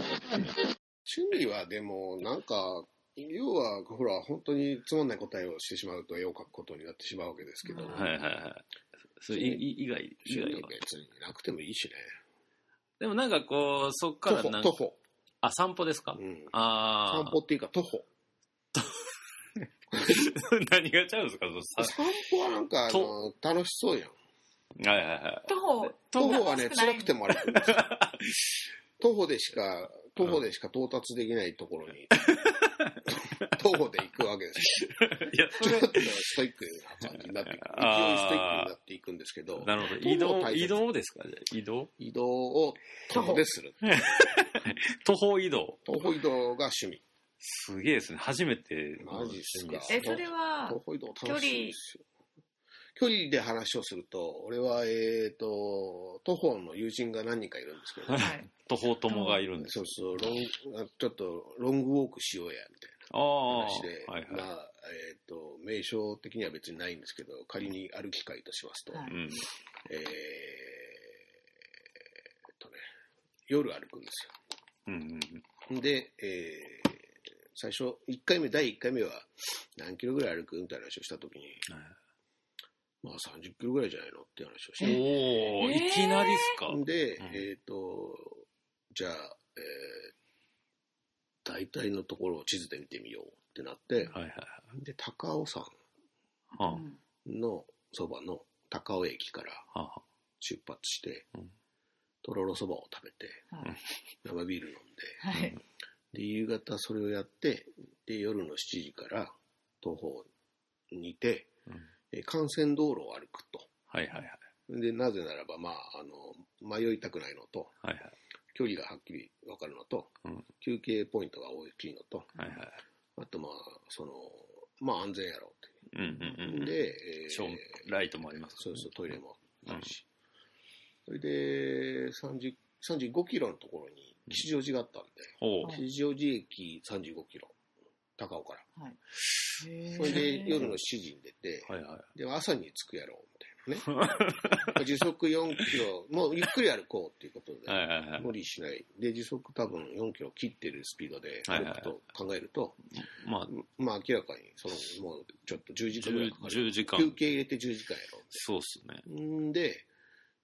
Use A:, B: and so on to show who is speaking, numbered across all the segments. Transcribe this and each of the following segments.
A: 趣味はでも、なんか、要は、ほら、本当につまんない答えをしてしまうと絵を描くことになってしまうわけですけど、
B: はいはいはい。それいい以外、以
A: 趣
B: 外
A: 味
B: は。
A: 別になくてもいいしね。
B: でもなんかこう、そっか
A: 徒
B: ら
A: 歩
B: なん、
A: 徒歩。
B: あ、散歩ですか、
A: うん。
B: あ
A: 散歩っていうか徒歩。
B: あ。 何がちゃうんですかそ
A: 散歩はなんか、あの、楽しそうやん。
B: うはいはいはい。
C: 徒歩。
A: 徒歩はね、辛くて
C: も。
A: もあれなん ですよ。徒歩でしか、徒歩でしか到達できないところ に、徒歩で行くわけです
B: いや、そ
A: よ。
B: れ
A: ちょっ、とストイックな感じになっていく。勢いストイックになっていくんですけど、
B: なるほど。
A: 歩大
B: 移動、
A: 切
B: 移動ですかじゃあ移動
A: 移動を徒歩でする。
B: 徒歩移動。
A: 徒歩移動が趣味。
B: すげえですね。初めて。
A: マジっすか
C: え、それは
A: 徒、歩移動楽しいですよ。距離で話をすると、俺は、えっ、と、徒歩の友人が何人かいるんですけど、
C: はい。
B: 徒歩友がいるんです。
A: そうそう、ロンあちょっとロングウォークしようや、みたいな。
B: ああ。は
A: 話
B: い
A: で、
B: はい。
A: まあ、えっ、と、名称的には別にないんですけど、仮にある機会としますと、
C: は
B: うん。
A: えーえーっとね、夜歩くんです
B: うんうん
A: よ。で、えー最初、1回目、第1回目は、何キロぐらい歩くみたいな話をしたときに、まあ30キロぐらいじゃないのって話を
B: うん。
A: し
B: おー、
C: えー
B: いきなりっすか
A: て、で、
B: うん
A: えーっと、じゃあ、えー大体のところを地図で見てみようってなって、
B: はいはい
A: で、高尾山
B: は
C: うん
A: のそばの高尾駅から
B: あ。はあ
A: 出発して、
B: うん
A: とろろそばを食べて、
C: はい
A: 生ビール飲ん
C: はい。
A: でで夕方それをやってで夜の7時から徒歩にて、
B: うん
A: えー幹線道路を歩くと
B: はいはいはい。
A: でなぜならば、まあ、あの迷いたくないのと
B: はい
A: 距離がはっきり分かるのと、
B: うん
A: 休憩ポイントが大きいのと
B: はい。はいはい。
A: あとまあそのまあ安全やろう
B: うんうん
A: と
B: うん。
A: で、えー
B: ショーライトもあります
A: そうそうトイレもあるし、それで30 35キロのところに吉祥寺があったんで、
B: お
C: はい
A: 吉祥寺駅35キロ高尾からそれ
C: へ
A: で
C: ー
A: 夜の7時に出て
B: はいはい。
A: で朝に着くやろうみたいな ね時速4キロもうゆっくり歩こうっていうことで、
B: はいはいはい。
A: 無理しないで時速多分4キロ切ってるスピードで
B: はいはい
A: 歩くと考えると、
B: まあ、
A: まあ明らかにそのもうちょっと10時間ぐらいかかる
B: 10時間。
A: 休憩入れて10時間やろう
B: そうっすね。
A: んで、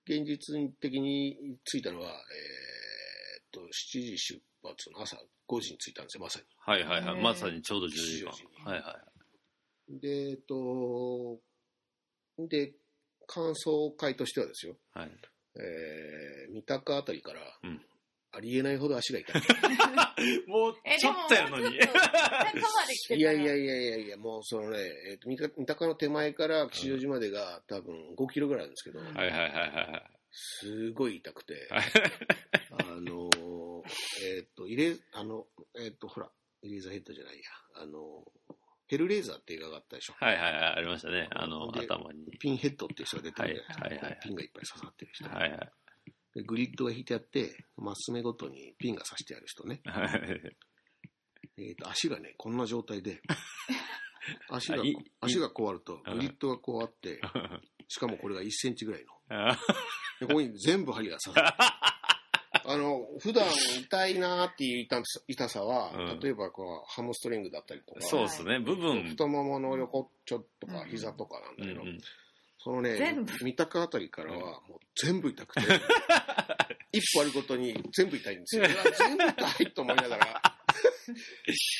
A: 現実的に着いたのは、えーっと、7時出発の朝5時に着いたんですよ、まさ
B: はいはいは
C: へ
B: い。
C: ー
B: まさにちょうど10時間
A: 10時。間
B: はいはい。
A: に。で、えーっと、で、感想会としてはですよ、
B: はい、
A: えー、三鷹あたりから、
B: うん
A: ありえないほど足が 痛い。
B: もう
C: え、
B: ち
C: で
B: ょ
C: も
B: っと やのに。
C: もうちょっと中まで来て
A: いやいや
C: や。
A: いやいやいや、もうそのね、えーっと三鷹三鷹の手前から吉祥寺までが多分5キロぐらいなんですけど、
B: はいはいはいはい。
A: すごい痛くて、
B: はい
A: あのー、えーっ、と、イレ、あの、えーっ、と、ほら、イレーザーヘッドじゃないや、あのー、ヘルレーザーって映画があったでしょ。
B: はいはいはい。ありましたね。あの、
A: で
B: 頭に。
A: ピンヘッドっていう人が出てるじゃないですか。
B: はいはいはいはい
A: ピンがいっぱい刺さってる人、
B: はいはい。
A: でグリッドが引いてあって、マス目ごとにピンが刺してある人ね。
B: はい
A: えーっ、と、足がね、こんな状態 で、足が
B: あい、
A: 足がこうあると、グリッドがこうあって、しかもこれが1センチぐらいの。
B: あ
A: でここに全部針が刺 さる。あの、普段痛いなーっていう痛さ痛さは、
B: うん
A: 例えばこう、ハムストリングだったりとか、
B: そうっすね。部分。
A: 太ももの横ちょっとか
C: うん
A: 膝とかなん
B: う
A: だ
B: んう
A: けど、
B: ん
A: そのね
C: 全部、
A: 三鷹あたりからはもう全部痛くて、一歩あるごとに全部痛いんですよ。うわ全部痛いと思いながら、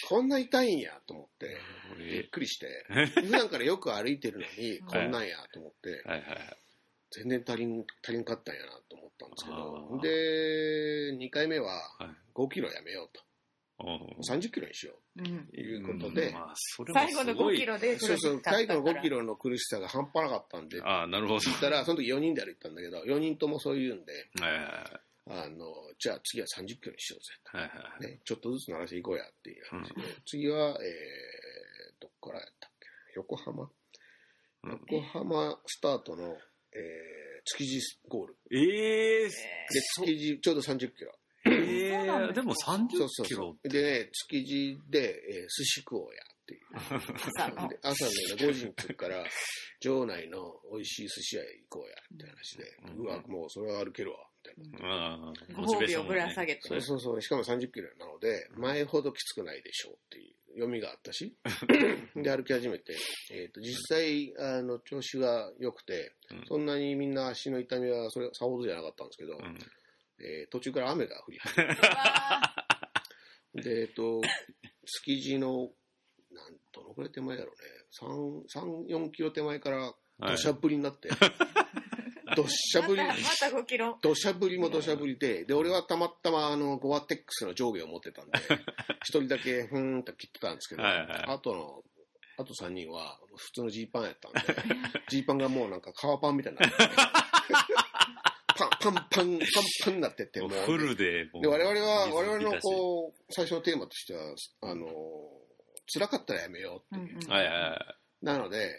A: こんな痛いんやと思って、びっくりして、普段からよく歩いてるのに、こんなんやと思って、
B: はいはいはい。
A: 全然足りん、足りんかったんやなと思ったんですけ
B: あー
A: ど、で、2回目は
B: はい
A: 5キロやめよう
B: お
A: と、30キロにしよ
C: うん
A: うということで、
B: まあ、それも
C: 最後の
B: すご
C: 5
B: い
C: キ。ロで
A: そうそう、最後の5キ
C: ロ。
A: ロの苦しさが半端なかったんで、
B: ああ、なるほ
A: そ
B: ど。
A: したら、その時4人で歩いたんだけど、4人ともそう言うんで、
B: はいはい
A: あの、じゃあ次は30キロにしようぜ
B: はいはいは
A: と、
B: い。
A: ね、ちょっとずつ鳴らしていこうやっていう話で、次は、えー、どっからやったっけ、横浜
B: うん
A: 横浜スタートの、えー、築地ゴール。
B: ええ
A: で、築地、ちょうど30キロ。
B: ええでも
A: そう
B: 30
A: そう
B: キ
A: そ
B: ロ
A: う。でね、築地で、えー寿司食おうやっって いう。
C: 朝の
A: で朝のね、5時に着くから、場内の美味しい寿司屋へ行こうや、みたいな話で、
B: うん
A: うわ、もうそれは歩けるわ、みたいな。
B: ああ、モチ
C: ご褒
B: ベー
C: 美
B: ショ
C: を
B: ンも
C: ぶ
B: ね
C: ら下げて
A: そうそうそう、しかも30キロなので、前ほどきつくないでしょうっていう読みがあったし、 で、歩き始めて、えっ、と、実際、あの、調子が良くて、
B: うん
A: そんなにみんな足の痛みは、それ、さほどじゃなかったんですけど、
B: うん
A: えー途中から雨が降り始め
C: うわ
A: て、で、えっ、と、 築地の、なん、どのくらい手前だろうね、3、3、4キロ手前から、
B: は
A: 土
B: い
A: 砂降りにな って、土
C: ー
A: 砂降り
C: また、また5キロ
A: 土砂降りも土砂降りで、で、俺はたまたま、あの、ゴアテックスの上下を持ってたん で、一人だけ、ふーんと切ってたんですけど、
B: はいはい
A: あとの、あと3人は、普通のジーパンやったんで、 ジーパンがもうなんか革パンみたいになってて、パン、パン、パン、パン、パンになってって、もう。
B: フルで、もう
A: で、我々は、我々の
B: う
A: こう、最初のテーマとしては、あの、辛かったらやめようっていう。
C: うんうん
B: はいはいはい。
A: なので、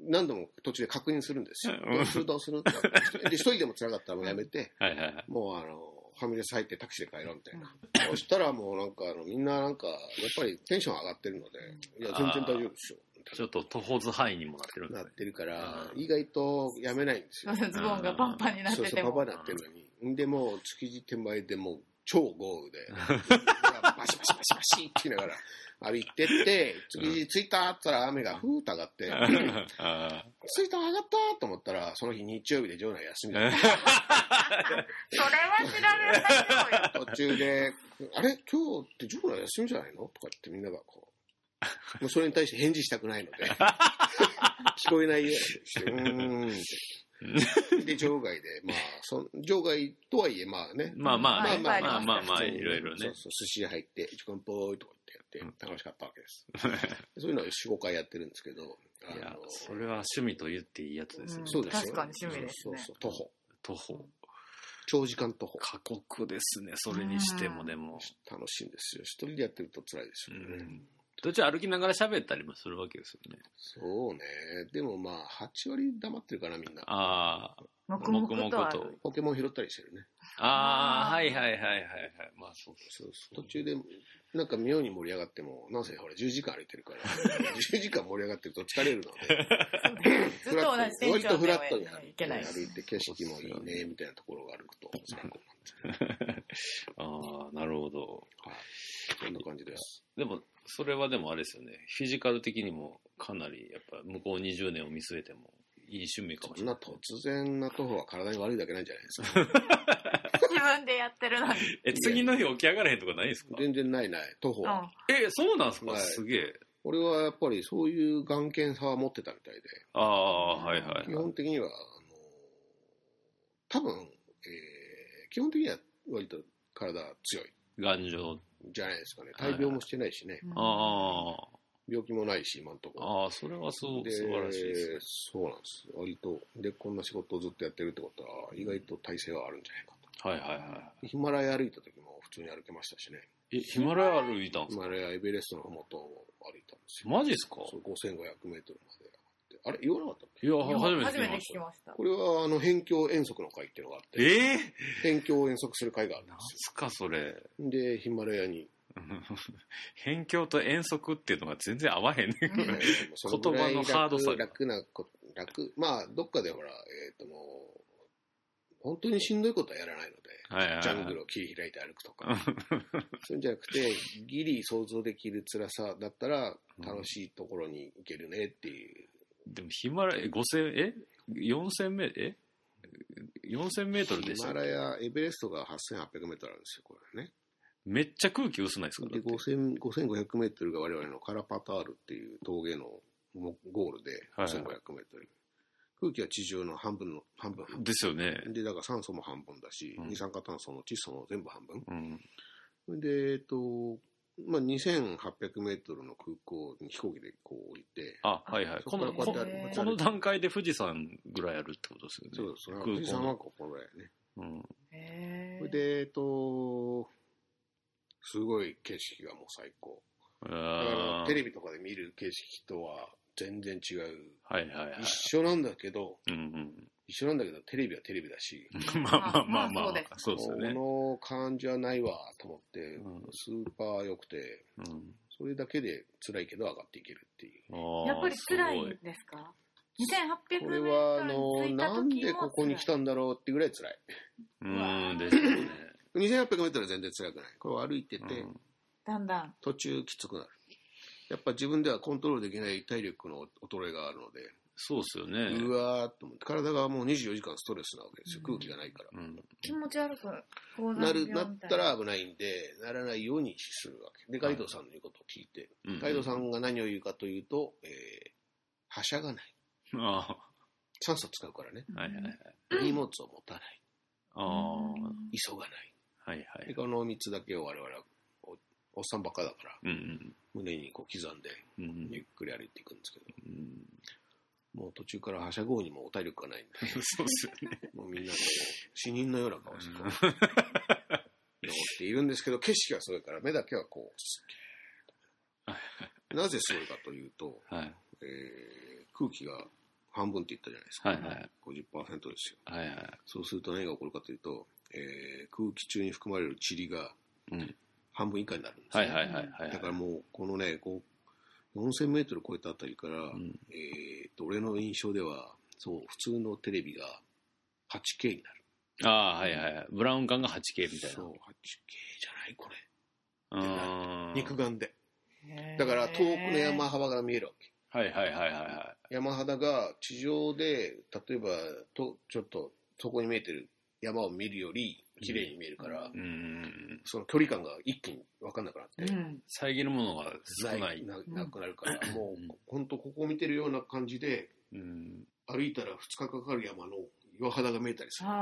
A: 何度も途中で確認するんですよ。
B: うん
A: どうするどうするってなってで、一人でも辛かったらもうやめて、
B: はいはいはい。
A: もうあの、ファミレス入ってタクシーで帰ろうみたいな。そしたらもうなんかあの、みんななんか、やっぱりテンション上がってるので、いや、全然大丈夫ですよ。
B: ちょっと徒歩図範囲にもなってるんだ
A: な
B: ね
A: ってるから
B: あ、ー
A: 意外とやめないんですよ。
C: ズボンがパンパンになっ
A: そう
C: て
A: そ
C: て
A: う、パ
C: も
A: パなってるのに。で、もう築地手前でもう超豪 雨で、バシバシバシバシって言いながら歩いてって、築地着いたって言ったら雨がふーっと上がって、
B: あ
A: 着いた上がったと思ったら、その日日曜日で場内休みだった。
C: それは知られないよ
A: 途中で、あれ今日って場内休みじゃないのとかってみんながこ う、もうそれに対して返事したくないので、聞こえないようにして、うーんって。で、場外で、まあ、そん場外とはいえ、まあね
B: ー、まあまあね、
A: ま
B: ま
A: あまあ
B: あまあまあまあ、
A: 普通に
B: いろいろ
A: そう
B: ね。
A: そう寿司屋入って、一番ぽーいとかってやって、楽しかったわけです。そういうのを4、5回やってるんですけど、あ
B: いや、そ
A: の
B: れは趣味と言っていいやつですね。
A: そうですよ
C: 確かに趣味ですね
A: そうそうそう、徒歩。
B: 徒歩。
A: 長時間徒歩。
B: 過酷ですね、それにしてもでも。
A: 楽しいんですよ。一人でやってると辛いです
B: う
A: よね。
B: ん。途中歩きながら喋ったりもするわけですよね。
A: そうね。でもまあ、8割黙ってるかな、みんな。
B: ああ、
C: 黙々とあ
B: 黙々
C: る
A: ポケモン拾ったりしてるね。
B: あ
C: あー
B: あ、はいはいはいはいはい。まあそうです。
A: そうそう途中で、なんか妙に盛り上がっても、なんせほら、10時間歩いてるから、10時間 盛り上がってると疲れるので、
C: ずっと同じテンション
A: 割とフ
C: で
A: ラ
C: は
A: ットに歩
C: いけない
A: 歩いて、景色もいいね、みたいなところが歩くと、最高なんですね。
B: ああ、なるほど。
A: はい。こんな感じです。
B: でも、それはでもあれですよね。フィジカル的にもかなり、やっぱ向こう20年を見据えても、いい趣味かもし
A: そん
B: れ
A: な
B: ない。
A: 突然な徒歩は体に悪いだけなんじゃないです か。
C: 自分でやってるのに
B: え、次の日起き上がれへんとかないですか
A: 全然ないない、徒歩は。
C: う
B: え、そうなんですか、
A: はい
B: すげえ。
A: 俺はやっぱりそういう眼見さは持ってたみたいで、
B: ああ、はいは
A: 基
B: い。
A: 本的には、あの多分、えー基本的には割と体強い
B: 頑丈。
A: じゃないですかね。大病もしてないしね。
C: ん
B: あ
A: 病気もないし、今んと
B: あ、
A: こ。
B: ああ、それはそう、
A: で
B: 素晴らしいですね。
A: そうなんです。割と。で、こんな仕事をずっとやってるってことは、意外と体勢はあるんじゃないか
B: はいはいは
A: と。ヒマラヤ歩いた時も普通に歩けましたしね。
B: い。え、ヒマラヤ歩いたんで
A: ヒ
B: すか
A: マラヤエベレストのふもとを歩いたんですよ。
B: マジっすか
A: そう、5500メートルまで上がって。あれ言わなかったっけ
B: いや、
C: いや
B: 初めて
C: 初
B: 聞
C: めて
B: きま
C: 聞
B: し
C: き
B: た。
C: ました
A: これは、あの、辺境遠足の会っていうのがあって、
B: えー、
A: 辺境遠足する会があるんで
B: なん
A: す
B: すか、それ。
A: よ。で、ヒマラヤに
B: 辺境と遠足っていうのが全然合わへんね。
A: いやいやもうそのぐらい
B: 言葉のハードさが
A: 楽楽なこ楽、まあ、どっかでほら、えっ、ともう、本当にしんどいこと はやらないので、
B: はいはい
A: ジャング
B: は
A: ルを切り開いて歩くとか、そういうんじゃなくて、ギリ想像できる辛さだったら、楽しいところに行けるねっていう。
B: い。でもヒマラヤ、5000、え ?4000 メートル、え ?4000 メートルでし
A: ヒ
B: た
A: マ
B: っ
A: ラ
B: け
A: ヤ、エベレストが8800メートルあるんですよ、これね。
B: めっちゃ空気薄ないですかだ
A: で、
B: って
A: 5000 5500メートルが我々のカラパタールっていう峠のゴールで、
B: はいはい
A: 5500メートル。空気は地上の半分の、半分。
B: ですよね。
A: で、だから酸素も半分だし、
B: うん
A: 二酸化炭素も窒素も全部半分。
B: うん。
A: で、えっと、まあ、2800メートルの空港に飛行機でこう降りて、
B: あ、はいはい。
A: そこ
B: こ
A: から
B: の、
A: こ
B: こ
A: うやって
C: こ
A: 歩いて
B: この段階で富士山ぐらいあるってことですよね。
A: そうですね。
B: 空港
A: 富士山はここぐらいね。
B: うん。
C: へ
A: それ
C: ー
A: で、えっと、すごい景色がもう最高。だから
B: あー
A: テレビとかで見る景色とは全然違う。
B: はいはいはい。
A: 一緒なんだけど、
B: うん
A: 一緒なんだけど、テレビはテレビだし、
B: うん。 まあまあまあ
C: まあそ
B: まあ
C: うです、
B: そうですよね。
A: この感じはないわと思って
B: う、ん
A: スーパー良くて、
B: うん
A: それだけで辛いけど上がっていけるっていう。
C: やっぱり辛いん
B: す
C: ですか ?2800
A: こ
C: メ
A: れ
C: ー
A: は、
C: ト
A: あの、
C: ルに着いた時も
A: なんでここに来たんだろうってぐらい辛い。
B: ごい。うーん、ですよね。
A: 2800メートルは全然辛くない。これ歩いてて、
B: うん
C: だんだん。
A: 途中きつくなる。やっぱ自分ではコントロールできない体力の衰えがあるので、
B: そうっすよね。
A: うわーっと思って、体がもう24時間ストレスなわけですよ。
C: うん
A: 空気がないから。
B: うん。
C: 気持ち悪く、こう
A: な
C: る
A: る、なった、ら危ないんで、ならないようにするわけ。で、ガイドさんの言うことを聞いて、
B: うん
A: ガイドさんが何を言うかというと、えー、はしゃがない。
B: あ
A: 酸素使うからね。
B: あ、はいはいはい。
A: 荷物を持たない。
B: ああ、は
A: 急がない。
B: いは
A: で
B: い。
A: この3つだけを我々はお、おっさんばっかだから、
B: うん
A: 胸にこう刻んで、
B: うん。うん
A: ゆっくり歩いていくんですけど、
B: うん。
A: もう途中からはしゃごうにもお体力がないんで、
B: そうっすよね。
A: もうみんなこう、死人のような顔してこう、登っているんですけど、景色がすごいから、目だけはこう、すっげーなぜすごいかというと、
B: はい。
A: えー空気が半分って言ったじゃないですか。
B: はいはい
A: 50%ですよ。
B: はいはい。
A: そうすると何が起こるかというと、えー空気中に含まれる塵が
B: うん
A: 半分以下になるんですね
B: はいはいはいはい。
A: だからもう、このね、こう4000メートル超えたあたりから、
B: うん
A: えーっと、俺の印象では、そう、普通のテレビが 8K になる。
B: ああ、はいはいはい。ブラウン管が 8K みたい
A: そう、8K じゃない、これ。
B: な。あー
A: 肉眼で。
C: へー
A: だから、遠くの山幅が見えるわけ。
B: はいはいはいはいは
A: 山肌が地上で、例えば、とちょっと、そこに見えてる山を見るより、綺麗に見えるから、
B: い。うん。
A: その距離感が一気に分かんなくなって、
C: うん。
B: 遮るものが少
A: ない
B: ない。
A: ななくなるから、 も
B: うん
A: う本当ここを見てるような感じで
B: うん。
A: 歩いたら2日かかる山の岩肌が見えたりする。
B: う
C: あ
B: わ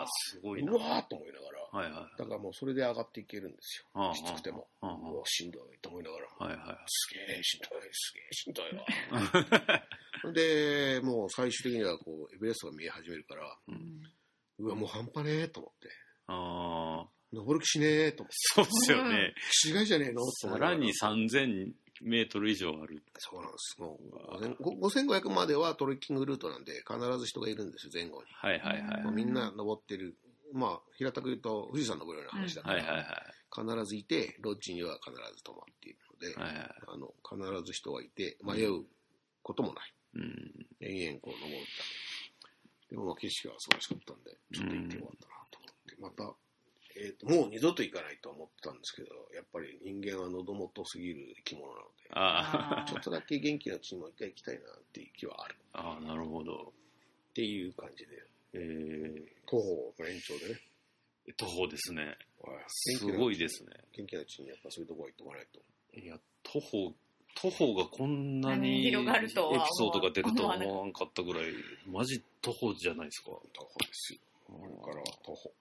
C: あ
B: あ、。すごいな。
A: う
B: は
A: わーっと思いながら。
B: いはい。
A: だからもうそれで上がっていけるんです
B: あ
A: よ。
B: あ
A: きつくても。
B: ああ
A: うわ、しんどいと思いながら。
B: はいは
A: すげえしんどい、すげえしんどいわ。 で、もう最終的にはこう、エベレストが見え始めるから、
C: うん
A: うわ、もう半端ねえと思って。
B: い。ああ、
A: 登る気しねえと思って。
B: そうっすよね。
A: 気違いじゃねえのと思
B: さ
A: いなが
B: らに3000メートル以上ある。
A: そうなんです。もう5000 5500まではトレッキングルートなんで、必ず人がいるんですよ、前後に。
B: はいはいはい。
A: まあみんな登ってる。まあ、平たく言うと、富士山登るような話だか
B: はい
A: ら、
B: はいはい。
A: 必ずいて、ロッジには必ず泊まっているので、
B: はいはい。
A: あの、必ず人がいて、迷うこともない。
B: うん。
A: 延々こう登るだけ。でも、まあ、景色は素晴らしかったんで、ちょっと行ってよかったなと思って、また、えーと、もう二度と行かないと思ってたんですけど、やっぱり人間は喉元すぎる生き物なので、
B: あ
C: あ
A: ちょっとだけ元気なうちにもう一回行きたいなっていう気はある。
B: あ、ああ、なるほど。
A: っていう感じで、
B: えー、
A: 徒歩の延長でね、
B: 徒歩ですね。
A: 元
B: す
A: 気な
B: ごいですね。
A: 元気なうちにやっぱそういうとこは行っとかないと。
B: いや、徒歩、徒歩がこんなにエ
C: 広がる
B: ピ
C: とは思わ
B: ソードが出るとは思わんかったぐらい、マジ徒歩じゃないですか。
A: 徒歩ですよ。これからは徒歩。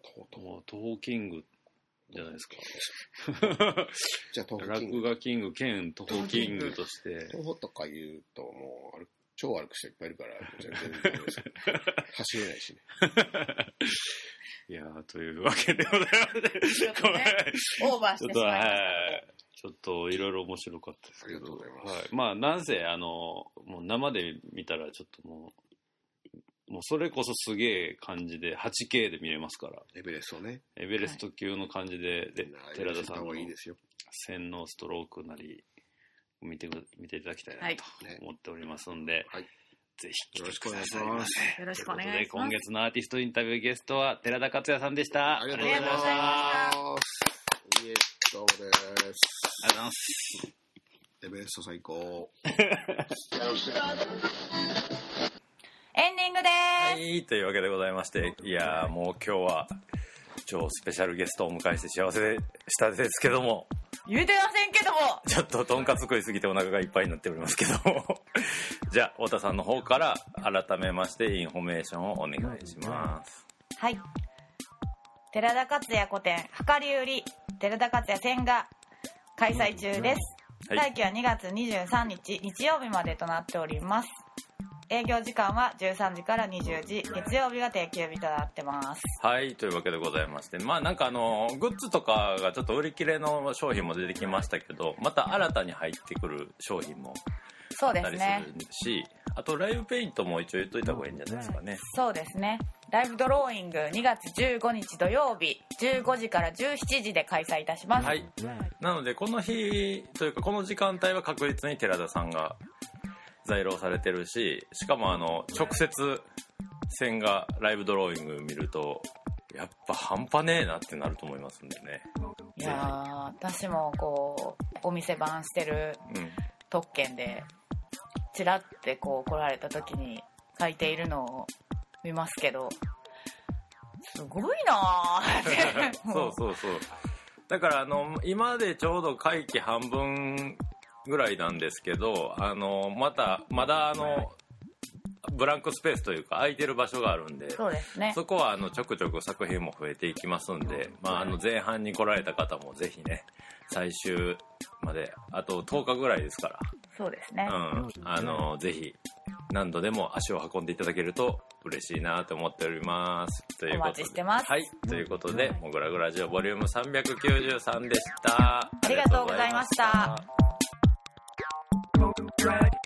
A: 徒歩徒歩。
B: まあ徒歩キングじゃないですか。
A: じゃあ徒歩キン
B: 落
A: グ。
B: 書キング兼徒歩キング として。
A: 徒歩とか言うともう歩く、超歩く人いっぱいいるから、全然大丈夫です走れないしね。
B: いやーというわけでございま
C: ちょっ
B: して、
C: と
B: ごめん
C: ねオーバー
B: ち
C: し
B: ょっ
C: し
B: てと、
C: まいま
B: は
C: した。
B: い。ちょっと、いろいろ面白かったですけ
A: あ
B: ど。
A: りがとうございます
B: はまあ、なんせ、あの、もう生で見たら、ちょっともう、もうそれこそすげえ感じで、8K で見れますから、
A: エベレストね。
B: エベレスト級の感じで、で
A: みんな
B: 寺田さん
A: エベレスト行った方
B: の
A: がいいですよ。
B: 洗脳ストロークなり、見てく、見ていただきたいな
C: はい
B: と思っておりますんで、
A: はい
B: ぜひ
A: よろ
B: 来て
A: しく
B: く
A: お
B: だ
A: 願いし
B: さいま
A: ま
B: せ。
A: す。
C: よろしく
B: と
C: お
B: いうこ
C: 願い
B: とで、
C: します。
B: 今月のアーティストインタビューゲストは、寺田克也さんでした。
A: ありがとうございます
C: ありがとうございました。
A: いえ、どうもです。
B: ありがとうございます。
A: エベレスト最高。
C: エンディングでーす。
D: はい、というわけでございまして、いやーもう今日は超スペシャルゲストをお迎えして幸せでしたですけども、
C: 言うてませんけども。
D: ちょっととんかつ食いすぎてお腹がいっぱいになっておりますけども、 じゃあ、太田さんの方から改めましてインフォメーションをお願いします。
C: はい。寺田克也古典、量り売り、寺田克也展が開催中です。
D: はい
C: 来期は2月23日、日曜日までとなっております。営業時間は13時から20時、月曜日が定休日となってます。
D: はい、というわけでございまして、まあなんかあの、グッズとかがちょっと売り切れの商品も出てきましたけど、また新たに入ってくる商品も
C: そう
D: あっ
C: で
D: た
C: す
D: り
C: ね。
D: するし、あとライブペイントも一応言っといた方がいいんじゃないですかね。
C: そうですね。
E: ライブドローイング2月15日土曜日15時から17時で開催いたします、
D: はいなのでこの日というかこの時間帯は確実に寺田さんが在廊されてるししかもあの直接線がライブドローイング見るとやっぱ半端ねえなってなると思いますんでね、
E: いやー私もこうお店番してる
D: うん、
E: 特権でチラってこう来られた時に書いているのを見ますけどすごいなーって
D: そうそうそうだからあの今でちょうど会期半分ぐらいなんですけどあのまたまだあのブランクスペースというか空いてる場所があるんで
E: そうですね
D: そこはあのちょくちょく作品も増えていきますんで、まあ、あの前半に来られた方もぜひね最終まであと10日ぐらいですか
E: そうですね
D: ら、うん、あのぜひ何度でも足を運んでいただけると嬉しいなと思っておりますということで
E: お待ちしてます
D: はいということで「もぐらぐラジオボリューム393でしたあ
E: ありがとうございました
D: りがとうございました